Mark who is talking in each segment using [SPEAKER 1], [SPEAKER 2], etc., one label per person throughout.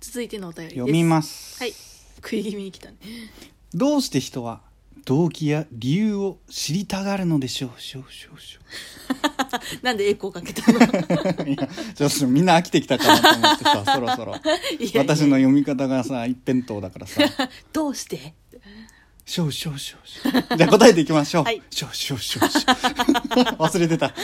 [SPEAKER 1] 続いてのお便りです
[SPEAKER 2] 読みます、
[SPEAKER 1] はい食い気味に来たね
[SPEAKER 2] どうして人は動機や理由を知りたがるのでしょうしょうしょうしょ
[SPEAKER 1] なんでエコーかけたの いう
[SPEAKER 2] いやちょっとみんな飽きてきたかなと思っ てさそろそろ
[SPEAKER 1] やいや
[SPEAKER 2] 私の読み方がさ一辺倒だか らさ
[SPEAKER 1] どうして
[SPEAKER 2] 「しょうしょうしょうしょう」じゃあ答えていきましょう
[SPEAKER 1] はい
[SPEAKER 2] 「しょうしょうしょ うしょう」忘れてた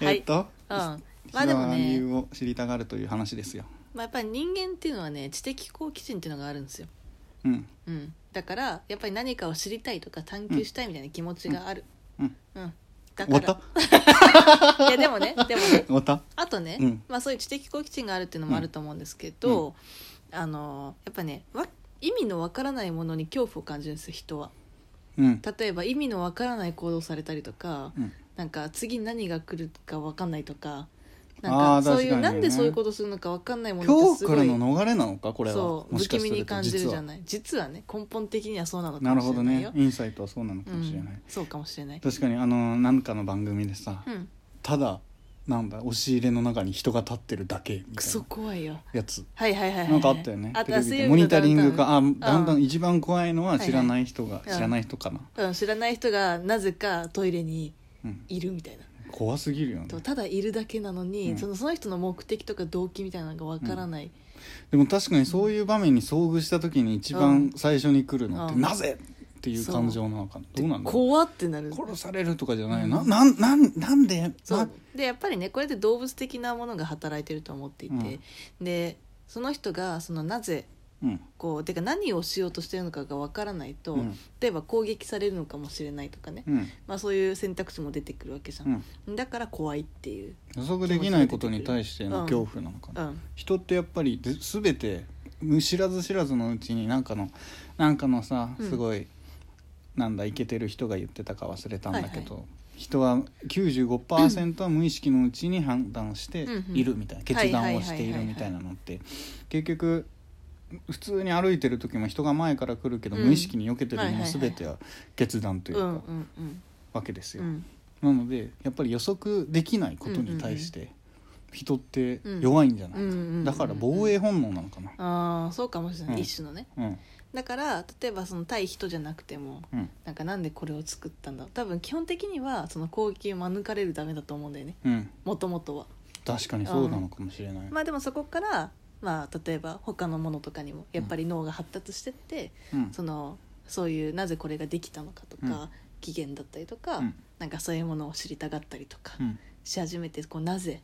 [SPEAKER 2] えっと
[SPEAKER 1] うんまあ
[SPEAKER 2] 人
[SPEAKER 1] でも
[SPEAKER 2] は理
[SPEAKER 1] ね
[SPEAKER 2] 由、を知りたがるという話ですよ
[SPEAKER 1] まあ、やっぱり人間っていうのはね知的好奇心っていうのがあるんですよ、
[SPEAKER 2] うん
[SPEAKER 1] うん、だからやっぱり何かを知りたいとか探求したいみたいな気持ちがある
[SPEAKER 2] うん
[SPEAKER 1] うん、だ
[SPEAKER 2] 終わ
[SPEAKER 1] か
[SPEAKER 2] った
[SPEAKER 1] らいやでもねでも ね
[SPEAKER 2] 終わった
[SPEAKER 1] あとね、
[SPEAKER 2] うん
[SPEAKER 1] まあ、そういう知的好奇心があるっていうのもあると思うんですけど、あのやっぱねわ意味のわからないものに恐怖を感じるんですよ人は
[SPEAKER 2] うん
[SPEAKER 1] 例えば意味のわからない行動されたりとか、
[SPEAKER 2] うん
[SPEAKER 1] なんか次何が来るかわかんないとか
[SPEAKER 2] あ
[SPEAKER 1] なん
[SPEAKER 2] ー
[SPEAKER 1] かそうい
[SPEAKER 2] 確
[SPEAKER 1] う、
[SPEAKER 2] かにね
[SPEAKER 1] なんでそういうことするのかわかんないものっ
[SPEAKER 2] 今
[SPEAKER 1] て
[SPEAKER 2] 日
[SPEAKER 1] す
[SPEAKER 2] か
[SPEAKER 1] ご
[SPEAKER 2] ら
[SPEAKER 1] い
[SPEAKER 2] の逃れなのかこれは
[SPEAKER 1] そう
[SPEAKER 2] もし
[SPEAKER 1] 不気
[SPEAKER 2] かす
[SPEAKER 1] 味
[SPEAKER 2] る
[SPEAKER 1] に
[SPEAKER 2] と
[SPEAKER 1] 感じるじゃ
[SPEAKER 2] い
[SPEAKER 1] ない実はね根本的にはそうなのか
[SPEAKER 2] な
[SPEAKER 1] も
[SPEAKER 2] る
[SPEAKER 1] し
[SPEAKER 2] ほど
[SPEAKER 1] れない
[SPEAKER 2] ね
[SPEAKER 1] よ、
[SPEAKER 2] インサイトはそうなのか
[SPEAKER 1] う
[SPEAKER 2] もしれない、
[SPEAKER 1] ん、そうかもしれない、
[SPEAKER 2] 確かにあのなんかの番組でさ、
[SPEAKER 1] うん、
[SPEAKER 2] ただなんだ押し入れの中に人が立ってるだけみ
[SPEAKER 1] ク
[SPEAKER 2] たい
[SPEAKER 1] ソ
[SPEAKER 2] な
[SPEAKER 1] 怖いよ
[SPEAKER 2] やつ
[SPEAKER 1] はいはいはいはい、はい、
[SPEAKER 2] なんかあったよね
[SPEAKER 1] あっ
[SPEAKER 2] テレ
[SPEAKER 1] た
[SPEAKER 2] ビ
[SPEAKER 1] 水
[SPEAKER 2] で
[SPEAKER 1] 曜
[SPEAKER 2] モ
[SPEAKER 1] 日の
[SPEAKER 2] ニ
[SPEAKER 1] ダ
[SPEAKER 2] タ
[SPEAKER 1] ウン
[SPEAKER 2] リ
[SPEAKER 1] タウ
[SPEAKER 2] ン
[SPEAKER 1] ン
[SPEAKER 2] グかあだんだ
[SPEAKER 1] うんん
[SPEAKER 2] 一番怖いのは知らない人が、
[SPEAKER 1] いはい
[SPEAKER 2] 知らない人かな、
[SPEAKER 1] うん、知らない人がなぜかトイレに
[SPEAKER 2] うん、
[SPEAKER 1] いるみたいな、
[SPEAKER 2] 怖すぎるよね
[SPEAKER 1] とただいるだけなのに、
[SPEAKER 2] うん
[SPEAKER 1] そのその人の目的とか動機みたいなのがわからない、
[SPEAKER 2] でも確かにそういう場面に遭遇した時に一番最初に来るのって、
[SPEAKER 1] うん
[SPEAKER 2] なぜっていう感情なのかなどうなんだろ
[SPEAKER 1] 怖ってなる
[SPEAKER 2] う殺されるとかじゃない、
[SPEAKER 1] うん
[SPEAKER 2] ななんなんなんで
[SPEAKER 1] そ
[SPEAKER 2] な
[SPEAKER 1] うでやっぱりねこれって動物的なものが働いてると思っていて、でその人がそのなぜ
[SPEAKER 2] うん
[SPEAKER 1] こうてか何をしようとしてるのかがわからないと、
[SPEAKER 2] うん
[SPEAKER 1] 例えば攻撃されるのかもしれないとかね、
[SPEAKER 2] うん
[SPEAKER 1] まあ、そういう選択肢も出てくるわけじゃ、
[SPEAKER 2] うんん
[SPEAKER 1] だから怖いっていう、
[SPEAKER 2] 予測できないことに対しての
[SPEAKER 1] うん
[SPEAKER 2] 恐怖なのか
[SPEAKER 1] う
[SPEAKER 2] な、
[SPEAKER 1] ん、
[SPEAKER 2] 人ってやっぱりず全て知らず知らずのうちになんかのなんかのさ
[SPEAKER 1] うん
[SPEAKER 2] すごい、なんだイケてる人が言ってたか忘れたんだけど、人は95%は無意識のうちに判断しているみた
[SPEAKER 1] うん
[SPEAKER 2] いな、
[SPEAKER 1] うん
[SPEAKER 2] 決断をしているみたいなのって結局普通に歩いてる時も人が前から来るけど、
[SPEAKER 1] うん
[SPEAKER 2] 無意識に避けてる
[SPEAKER 1] はい
[SPEAKER 2] の
[SPEAKER 1] はい
[SPEAKER 2] も
[SPEAKER 1] はい
[SPEAKER 2] 全ては決断といううか、
[SPEAKER 1] んうんうん
[SPEAKER 2] わけですよ。
[SPEAKER 1] うん
[SPEAKER 2] なのでやっぱり予測できないことに対して人って弱いんじゃないか、
[SPEAKER 1] うんうんうんうん
[SPEAKER 2] だから防衛本能なのかな
[SPEAKER 1] ああそうかもしれない、
[SPEAKER 2] うん
[SPEAKER 1] 一種のね
[SPEAKER 2] うん
[SPEAKER 1] だから例えばその対人じゃなくても
[SPEAKER 2] うん
[SPEAKER 1] なんかなんでこれを作ったんだ多分基本的にはその攻撃を免れるためだと思うんだよね
[SPEAKER 2] うん
[SPEAKER 1] もともとは
[SPEAKER 2] 確かにそうなのかもしれない、
[SPEAKER 1] まあでもそこから、まあ、例えば他のものとかにもやっぱり脳が発達してって、
[SPEAKER 2] うん
[SPEAKER 1] そのそういうなぜこれができたのかとか、
[SPEAKER 2] うん
[SPEAKER 1] 起源だったりとか、
[SPEAKER 2] うん
[SPEAKER 1] なんかそういうものを知りたがったりとか
[SPEAKER 2] うん
[SPEAKER 1] し始めてこうなぜ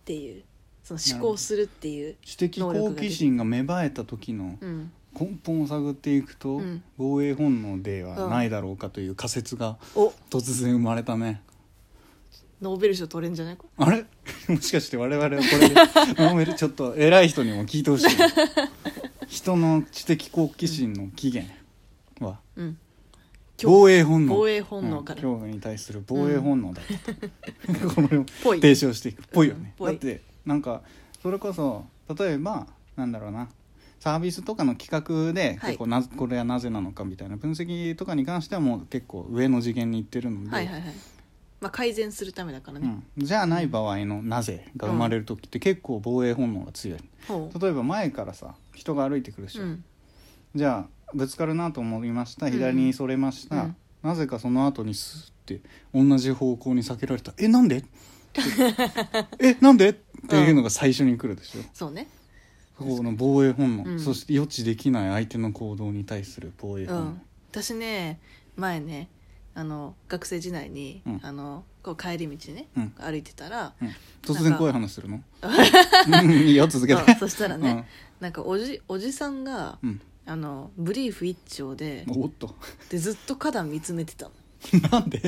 [SPEAKER 1] っていうその思考するっていう、
[SPEAKER 2] 知的好奇心が芽生えた時の
[SPEAKER 1] うん、
[SPEAKER 2] 根本を探っていくと、
[SPEAKER 1] うん
[SPEAKER 2] 防衛本能ではないだろうかという仮説が
[SPEAKER 1] お
[SPEAKER 2] 突然生まれたね
[SPEAKER 1] ノーベル賞取れんじゃないこ
[SPEAKER 2] あれ もしかして我々はこれでノーベルちょっと偉い人にも聞いて ほしい人の知的好奇心の起源は、
[SPEAKER 1] れ、うん、
[SPEAKER 2] 防衛本能
[SPEAKER 1] 防衛本能から
[SPEAKER 2] うん恐怖に対する防衛本能だった と、これを
[SPEAKER 1] ぽい
[SPEAKER 2] 提唱していくっぽいよね、
[SPEAKER 1] うんぽ
[SPEAKER 2] だ
[SPEAKER 1] い
[SPEAKER 2] ってなんかそれこそ例えばなんだろうなサービスとかの企画で
[SPEAKER 1] はい
[SPEAKER 2] 結構な、これはなぜなのかみたいな分析とかに関してはもう結構上の次元に行ってるので、
[SPEAKER 1] はいはいはい、まあ、改善するためだから
[SPEAKER 2] う
[SPEAKER 1] ね、
[SPEAKER 2] ん、じゃあない場合の「なぜ」が生まれる時って結構防衛本能が強い
[SPEAKER 1] ほう
[SPEAKER 2] 例えば前からさ人が歩いてくるでしょ、
[SPEAKER 1] うん
[SPEAKER 2] じゃあぶつかるなと思いました
[SPEAKER 1] うん
[SPEAKER 2] 左にそれました、
[SPEAKER 1] うん
[SPEAKER 2] なぜかその後にスッて同じ方向に避けられた「えなんで?って」 えなんで?」っていうのが最初に来るでしょ、
[SPEAKER 1] そうね
[SPEAKER 2] この防衛本能、
[SPEAKER 1] うん
[SPEAKER 2] そして予知できない相手の行動に対する防衛
[SPEAKER 1] う
[SPEAKER 2] 本能、
[SPEAKER 1] ん、私ね前ねあの学生時代に、
[SPEAKER 2] うん
[SPEAKER 1] あのこう帰り道ね、
[SPEAKER 2] うん
[SPEAKER 1] 歩いてたら、
[SPEAKER 2] うん突然怖い話するのうんいいよ続けて
[SPEAKER 1] うんそしたらね、なんかおじおじさんが、
[SPEAKER 2] うん、
[SPEAKER 1] あのブリーフ一丁で
[SPEAKER 2] うんおっと
[SPEAKER 1] でずっと花壇見つめてたの
[SPEAKER 2] なんで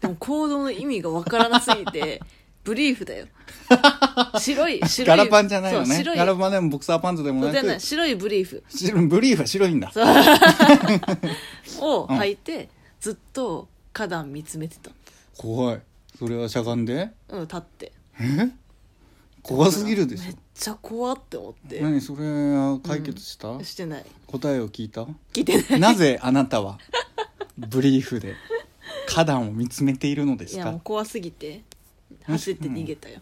[SPEAKER 1] でも行動の意味がわからなすぎ てブリーフだよ白い白
[SPEAKER 2] ガ
[SPEAKER 1] い
[SPEAKER 2] ラパンじゃないよ
[SPEAKER 1] そう
[SPEAKER 2] ね
[SPEAKER 1] 白い
[SPEAKER 2] ガラパンでもボクサーパンツでも
[SPEAKER 1] そう
[SPEAKER 2] な
[SPEAKER 1] じゃない
[SPEAKER 2] く
[SPEAKER 1] 白いブリーフ
[SPEAKER 2] 白ブリーフは白いんだ
[SPEAKER 1] そうを履いて、ずっと花壇見つめてた
[SPEAKER 2] 怖いそれはしゃがんで
[SPEAKER 1] うん立って
[SPEAKER 2] え怖すぎるでし
[SPEAKER 1] め
[SPEAKER 2] ょ
[SPEAKER 1] っちゃ怖って思って
[SPEAKER 2] 何それは解決した、
[SPEAKER 1] してない
[SPEAKER 2] 答えを聞い た
[SPEAKER 1] 聞いてない
[SPEAKER 2] なぜあなたはブリーフで花壇を見つめているので
[SPEAKER 1] い
[SPEAKER 2] す
[SPEAKER 1] やもう
[SPEAKER 2] か
[SPEAKER 1] 怖すぎて走って逃げたよ、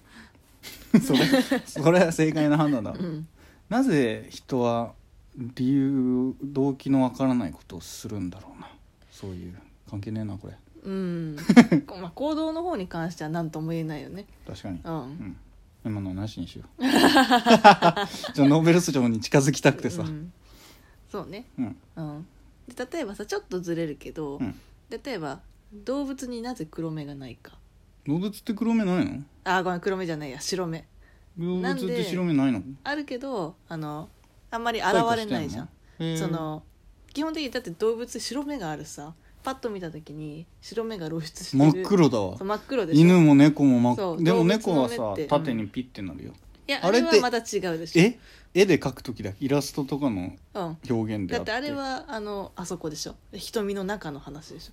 [SPEAKER 2] それそれは正解の判断だ、
[SPEAKER 1] うん、
[SPEAKER 2] なぜ人は理由動機のわからないことをするんだろうなそういう関係ねえなこれ
[SPEAKER 1] うん、 まあ行動の方に関しては何とも言えないよね
[SPEAKER 2] 確かに
[SPEAKER 1] うん、
[SPEAKER 2] うん今のはなしに しようじゃあノーベル賞に近づきたくてさ
[SPEAKER 1] うんそうね
[SPEAKER 2] うん
[SPEAKER 1] うんで例えばさちょっとずれるけど、
[SPEAKER 2] うん
[SPEAKER 1] 例えば動物になぜ黒目がないか
[SPEAKER 2] 動物って黒目ないの
[SPEAKER 1] あーごめん黒目じゃないや白目
[SPEAKER 2] 動物
[SPEAKER 1] な
[SPEAKER 2] っ
[SPEAKER 1] んで
[SPEAKER 2] て白目ないの
[SPEAKER 1] あるけどあのあんまり現れないじゃん
[SPEAKER 2] へー
[SPEAKER 1] その基本的にだって動物白目があるさパッと見た時に白目が露出して
[SPEAKER 2] 真
[SPEAKER 1] る
[SPEAKER 2] っ黒だ
[SPEAKER 1] そ
[SPEAKER 2] わ
[SPEAKER 1] う真っ黒でしょ
[SPEAKER 2] 犬も猫も真
[SPEAKER 1] そ
[SPEAKER 2] っ
[SPEAKER 1] う
[SPEAKER 2] でも猫は
[SPEAKER 1] 動物の
[SPEAKER 2] さ
[SPEAKER 1] 目って
[SPEAKER 2] 縦にピッてなるよ
[SPEAKER 1] いや
[SPEAKER 2] あ
[SPEAKER 1] あ
[SPEAKER 2] れっ
[SPEAKER 1] れ
[SPEAKER 2] て
[SPEAKER 1] はまた違うでしょ
[SPEAKER 2] え絵で描く時だイラストとかの
[SPEAKER 1] うん
[SPEAKER 2] 表現で
[SPEAKER 1] だ
[SPEAKER 2] あ
[SPEAKER 1] ってあれはあのあそこでしょ瞳の中の話でしょ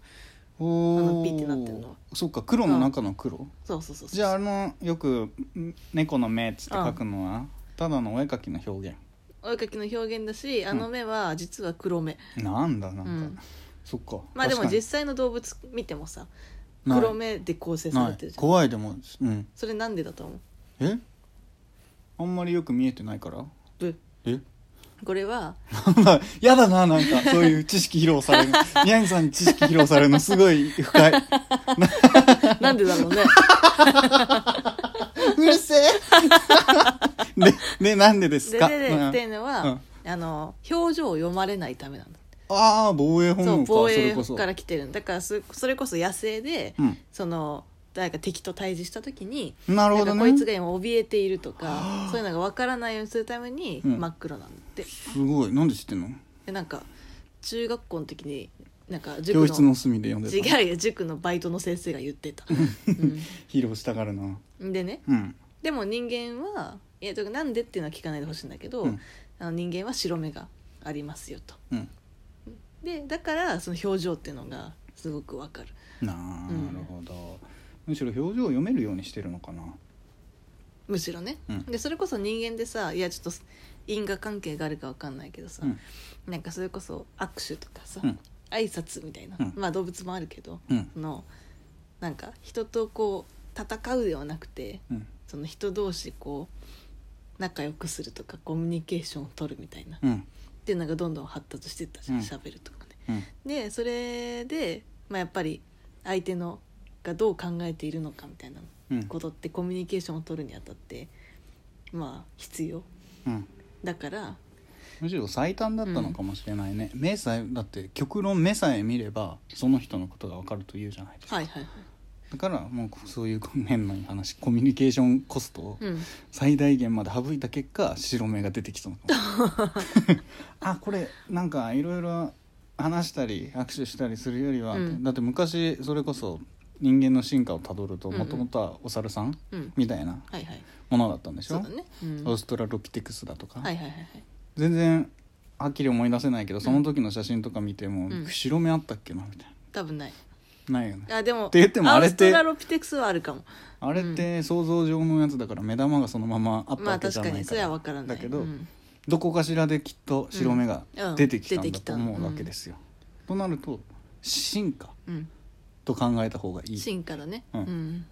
[SPEAKER 2] おー
[SPEAKER 1] あのピッてなってるのは
[SPEAKER 2] そっか黒の中の黒、
[SPEAKER 1] そうそうそうそう
[SPEAKER 2] じゃああのよくん「猫の目」っつって描くのは、ただのお絵描きの表現
[SPEAKER 1] お絵かきの表現だしあの目は実は黒目、
[SPEAKER 2] なんだなんか、
[SPEAKER 1] うん
[SPEAKER 2] そっか
[SPEAKER 1] まあでも
[SPEAKER 2] 確かに
[SPEAKER 1] 実際の動物見てもさ
[SPEAKER 2] ない
[SPEAKER 1] 黒目で構成さ
[SPEAKER 2] な
[SPEAKER 1] れてる
[SPEAKER 2] い
[SPEAKER 1] じゃん
[SPEAKER 2] 怖いでもうん
[SPEAKER 1] それなんでだと思う
[SPEAKER 2] えあんまりよく見えてないから
[SPEAKER 1] ブ
[SPEAKER 2] え
[SPEAKER 1] これ は
[SPEAKER 2] やだななんかそういう知識披露 される宮城さんに知識披露されるのすごい深い
[SPEAKER 1] なんでだろうね
[SPEAKER 2] うるせえ ででなんでです
[SPEAKER 1] で
[SPEAKER 2] か
[SPEAKER 1] で
[SPEAKER 2] う
[SPEAKER 1] で
[SPEAKER 2] ん
[SPEAKER 1] っていうのは、あの表情を読まれないためなんだ
[SPEAKER 2] ああ防衛本
[SPEAKER 1] そ
[SPEAKER 2] 能
[SPEAKER 1] う
[SPEAKER 2] か
[SPEAKER 1] 防
[SPEAKER 2] そ
[SPEAKER 1] 衛
[SPEAKER 2] れこそ
[SPEAKER 1] から来てるんだからそそれこそ野生で、
[SPEAKER 2] う
[SPEAKER 1] その誰か敵と対峙した時に
[SPEAKER 2] んなる
[SPEAKER 1] な
[SPEAKER 2] ほ
[SPEAKER 1] ん
[SPEAKER 2] ど
[SPEAKER 1] か
[SPEAKER 2] ね
[SPEAKER 1] こいつが今怯えているとかそういうのが分からないようにするために
[SPEAKER 2] うん
[SPEAKER 1] 真っ黒なんだって、
[SPEAKER 2] すごいなんで知ってんの
[SPEAKER 1] でなんか中学校の時になんか塾
[SPEAKER 2] 教室
[SPEAKER 1] の
[SPEAKER 2] の隅で読んでた
[SPEAKER 1] 違うよ塾のバイトの先生が言ってた、う、
[SPEAKER 2] 披露したがるなん
[SPEAKER 1] でね
[SPEAKER 2] うん
[SPEAKER 1] でも人間はいやとかなんでっていうのは聞かないでほしいんだけど、
[SPEAKER 2] うん
[SPEAKER 1] あの人間は白目がありますよと
[SPEAKER 2] うん
[SPEAKER 1] でだからその表情っていうのがすごく分かる
[SPEAKER 2] なるほど、むしろ表情を読めるようにしてるのかな
[SPEAKER 1] むしろね、
[SPEAKER 2] うん
[SPEAKER 1] でそれこそ人間でさいやちょっと因果関係があるかわかんないけどさ、
[SPEAKER 2] うん
[SPEAKER 1] なんかそれこそ握手とかさ、
[SPEAKER 2] うん
[SPEAKER 1] 挨拶みたいな、
[SPEAKER 2] うん
[SPEAKER 1] まあ動物もあるけど、
[SPEAKER 2] うん
[SPEAKER 1] そのなんか人とこう戦うではなくて
[SPEAKER 2] うん
[SPEAKER 1] その人同士こう仲良くするとかコミュニケーションを取るみたいな、っ
[SPEAKER 2] うん
[SPEAKER 1] ていうのがどんどん発達してったじゃん
[SPEAKER 2] うん
[SPEAKER 1] 喋、るとかね。
[SPEAKER 2] うん
[SPEAKER 1] でそれで、まあ、やっぱり相手のがどう考えているのかみたいな
[SPEAKER 2] うん
[SPEAKER 1] ことってコミュニケーションを取るにあたってまあ必要
[SPEAKER 2] うん
[SPEAKER 1] だから
[SPEAKER 2] むしろ最短だったのかもしれないね、目さえだって極論目さえ見ればその人のことが分かるというじゃないですか、
[SPEAKER 1] はいはいはい、
[SPEAKER 2] だからもうそういう変な話コミュニケーションコストを
[SPEAKER 1] うん、
[SPEAKER 2] 最大限まで省いた結果白目が出てきたの あこれなんかいろいろ話したり握手したりするよりは、
[SPEAKER 1] うん
[SPEAKER 2] だって昔それこそ人間の進化をたどると
[SPEAKER 1] うんうん
[SPEAKER 2] もともとはお猿さん
[SPEAKER 1] うん、
[SPEAKER 2] みたいな
[SPEAKER 1] はいはい
[SPEAKER 2] ものだったんでし
[SPEAKER 1] そ
[SPEAKER 2] ょ、
[SPEAKER 1] うだね、うん、
[SPEAKER 2] オー
[SPEAKER 1] はい
[SPEAKER 2] ストラロピテクスだとか、
[SPEAKER 1] はいはいはい
[SPEAKER 2] 全然はっきり思い出せないけどその時の写真とか見て
[SPEAKER 1] う
[SPEAKER 2] も、
[SPEAKER 1] ん
[SPEAKER 2] 白目あったっけなみたい
[SPEAKER 1] 多分ない
[SPEAKER 2] なないよね
[SPEAKER 1] あでも
[SPEAKER 2] って言ってもあれって
[SPEAKER 1] アウストラロピテクスはあるかも
[SPEAKER 2] あれって想像上のやつだから目玉がそのままあった
[SPEAKER 1] ま
[SPEAKER 2] わ
[SPEAKER 1] あ
[SPEAKER 2] けじ
[SPEAKER 1] 確か
[SPEAKER 2] ゃないから、
[SPEAKER 1] にそれは分からない
[SPEAKER 2] だけど、
[SPEAKER 1] うん
[SPEAKER 2] どこかしらできっと白目が
[SPEAKER 1] うん
[SPEAKER 2] 出てきた
[SPEAKER 1] うんん出
[SPEAKER 2] だ
[SPEAKER 1] てき
[SPEAKER 2] と
[SPEAKER 1] た
[SPEAKER 2] 思うわけですよ。となると進化
[SPEAKER 1] うん
[SPEAKER 2] と考えた方がいい
[SPEAKER 1] 進化だね
[SPEAKER 2] う
[SPEAKER 1] うんん、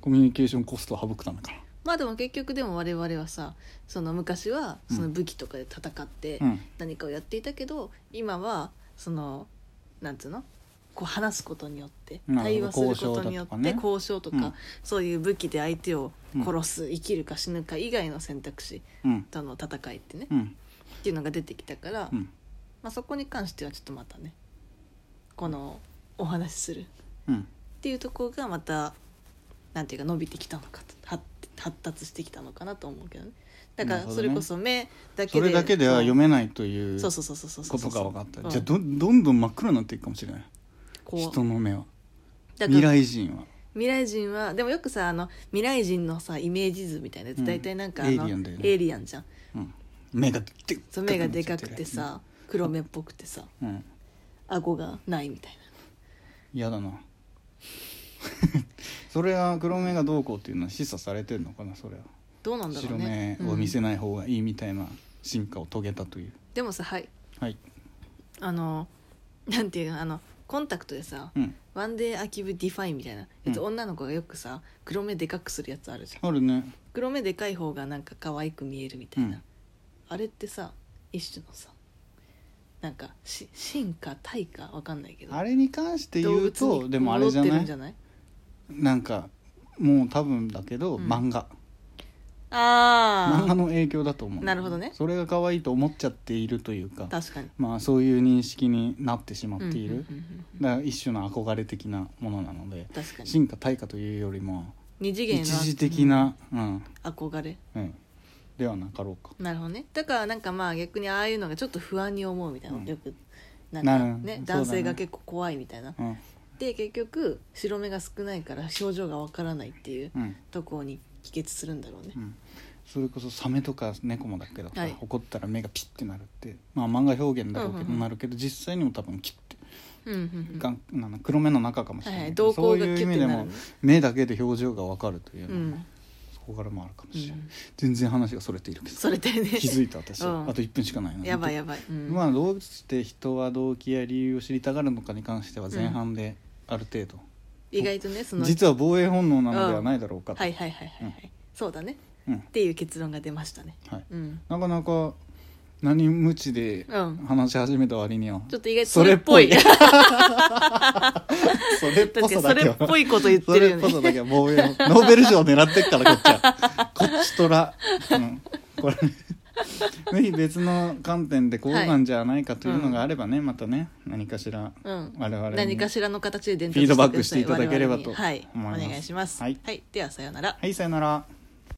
[SPEAKER 2] コミュニケーションコストを省くためかな。
[SPEAKER 1] まあでも結局でも我々はさその昔はその武器とかで戦って
[SPEAKER 2] うん
[SPEAKER 1] 何かをやっていたけど、今はそのなんつうのこう話すことによって
[SPEAKER 2] なる
[SPEAKER 1] 対
[SPEAKER 2] ほど
[SPEAKER 1] 話することによって交渉とか,、
[SPEAKER 2] 交うん
[SPEAKER 1] そういう武器で相手を殺す、生きるか死ぬか以外の選択肢
[SPEAKER 2] うん
[SPEAKER 1] との戦いってね、
[SPEAKER 2] うん
[SPEAKER 1] っていうのが出てきたから、
[SPEAKER 2] うん
[SPEAKER 1] まあ、そこに関してはちょっとまたねこのお話しするっ
[SPEAKER 2] うん
[SPEAKER 1] ていうところがまたなんていうか伸びてきたのかと発発達してきたのかなと思うけどねだか
[SPEAKER 2] なるほ
[SPEAKER 1] ら
[SPEAKER 2] どね
[SPEAKER 1] それこそ目だけで
[SPEAKER 2] それだけでは読
[SPEAKER 1] め
[SPEAKER 2] めないという
[SPEAKER 1] そう
[SPEAKER 2] こ
[SPEAKER 1] そうそうそうそうそう
[SPEAKER 2] とが分かった
[SPEAKER 1] うん
[SPEAKER 2] じゃあどどんどん真っ黒になっていくかもしれない
[SPEAKER 1] こう
[SPEAKER 2] 人の目は
[SPEAKER 1] だから
[SPEAKER 2] 未来人は
[SPEAKER 1] 未来人はでもよくさあの未来人のさイメージ図みたいなやつ
[SPEAKER 2] うん
[SPEAKER 1] 大体なんかあの、
[SPEAKER 2] エイリアンだよね
[SPEAKER 1] エイリアンじゃん
[SPEAKER 2] うん目がでっ
[SPEAKER 1] そう目がでかくてさ黒目っぽくてさ
[SPEAKER 2] うん
[SPEAKER 1] 顎がないみたい
[SPEAKER 2] 嫌だな それは黒目がどうこうっていうのは示唆されてるのかなそれは
[SPEAKER 1] などうなんだろ
[SPEAKER 2] 白
[SPEAKER 1] うね
[SPEAKER 2] 目を見せ
[SPEAKER 1] うん
[SPEAKER 2] ない方がいいみたいな進化を遂げたという、
[SPEAKER 1] でもさはい
[SPEAKER 2] はい、
[SPEAKER 1] あのなんていうのあのコンタクトでさ
[SPEAKER 2] うん、
[SPEAKER 1] 「ワンデーアキブディファイン」みたいなやつ、
[SPEAKER 2] うん
[SPEAKER 1] 女の子がよくさ黒目でかくするやつあるじゃん
[SPEAKER 2] あるね
[SPEAKER 1] 黒目でかい方がなんか可愛く見えるみたいな、
[SPEAKER 2] うん
[SPEAKER 1] あれってさ一種のさなんかし進化退化わかんないけど
[SPEAKER 2] あれに関して言う
[SPEAKER 1] 動物
[SPEAKER 2] と
[SPEAKER 1] に
[SPEAKER 2] でもあれじゃ
[SPEAKER 1] 戻って
[SPEAKER 2] な
[SPEAKER 1] るん
[SPEAKER 2] い
[SPEAKER 1] じゃない
[SPEAKER 2] なんかもう多分だけど、
[SPEAKER 1] うん
[SPEAKER 2] 漫画漫
[SPEAKER 1] あ
[SPEAKER 2] 画の影響だと思う
[SPEAKER 1] なるほどね
[SPEAKER 2] それが可愛いと思っちゃっているというか
[SPEAKER 1] あ確かに
[SPEAKER 2] まあそういう認識になってしまってい
[SPEAKER 1] う
[SPEAKER 2] る、
[SPEAKER 1] んうんうんうん
[SPEAKER 2] だから一種の憧れ的なものなので
[SPEAKER 1] 確かに
[SPEAKER 2] 進化退化というよりも
[SPEAKER 1] 二次元
[SPEAKER 2] 一
[SPEAKER 1] の
[SPEAKER 2] 時的な、うん
[SPEAKER 1] 憧れ
[SPEAKER 2] うん、ではなかろうか
[SPEAKER 1] なるほどねだからなんかまあ逆にああいうのがちょっと不安に思うみたいな、
[SPEAKER 2] うん
[SPEAKER 1] よくなんか
[SPEAKER 2] な
[SPEAKER 1] ね
[SPEAKER 2] るそうだね
[SPEAKER 1] 男性が結構怖いみたいな、
[SPEAKER 2] うん
[SPEAKER 1] で結局白目が少ないから症状がわからないっていう
[SPEAKER 2] うん
[SPEAKER 1] ところに帰結するんだろうね
[SPEAKER 2] う、んそれこそサメとか猫もだけどさ、
[SPEAKER 1] はい
[SPEAKER 2] 怒ったら目がピッてなるってまあ漫画表現だろうけ
[SPEAKER 1] う
[SPEAKER 2] ど、
[SPEAKER 1] んうんうん
[SPEAKER 2] なるけど実際にも多分キュッて、
[SPEAKER 1] うんうんうん
[SPEAKER 2] がんなんだ黒目の中かもしれ
[SPEAKER 1] はい
[SPEAKER 2] な
[SPEAKER 1] はいい
[SPEAKER 2] けど、
[SPEAKER 1] 瞳孔
[SPEAKER 2] そう
[SPEAKER 1] が
[SPEAKER 2] いう
[SPEAKER 1] キ
[SPEAKER 2] 意
[SPEAKER 1] ュッ
[SPEAKER 2] 味
[SPEAKER 1] て
[SPEAKER 2] で
[SPEAKER 1] なる
[SPEAKER 2] も目だけで表情がわかるという
[SPEAKER 1] う
[SPEAKER 2] のも
[SPEAKER 1] ん
[SPEAKER 2] そこからもあるかもしれない、
[SPEAKER 1] うん
[SPEAKER 2] 全然話がそれて いるけど
[SPEAKER 1] それでね
[SPEAKER 2] 気づいた私、
[SPEAKER 1] うん
[SPEAKER 2] あと1分しかないな
[SPEAKER 1] やばいやばい、うん
[SPEAKER 2] まあどうして人は動機や理由を知りたがるのかに関しては前半である程度、
[SPEAKER 1] 意外とねその
[SPEAKER 2] 実は防衛本能なのではないだろうかと、
[SPEAKER 1] はいはいはいはい、はいそうだね
[SPEAKER 2] うん
[SPEAKER 1] っていう結論が出ましたね
[SPEAKER 2] はい、
[SPEAKER 1] うん
[SPEAKER 2] なかなか何無知で
[SPEAKER 1] うん
[SPEAKER 2] 話し始めた割には、
[SPEAKER 1] ちょっと意外と
[SPEAKER 2] それっぽい
[SPEAKER 1] それっ
[SPEAKER 2] それっ
[SPEAKER 1] ぽい 確かにそ
[SPEAKER 2] ぽさだけ
[SPEAKER 1] れっ
[SPEAKER 2] は
[SPEAKER 1] ぽいこと言ってるよ
[SPEAKER 2] それっぽさ
[SPEAKER 1] ね
[SPEAKER 2] だけは防衛本能ノーベル賞狙ってっからこっちはこっちとら、うん、これ ぜひ別の観点でこうなんじゃないかというのがあればね、またね何かしら
[SPEAKER 1] うん
[SPEAKER 2] 我々に
[SPEAKER 1] 何かしらの形で伝
[SPEAKER 2] フィードバックしていただければと
[SPEAKER 1] はいお
[SPEAKER 2] 思います
[SPEAKER 1] 願いします
[SPEAKER 2] はい
[SPEAKER 1] はい、ではさようなら
[SPEAKER 2] はいさよなら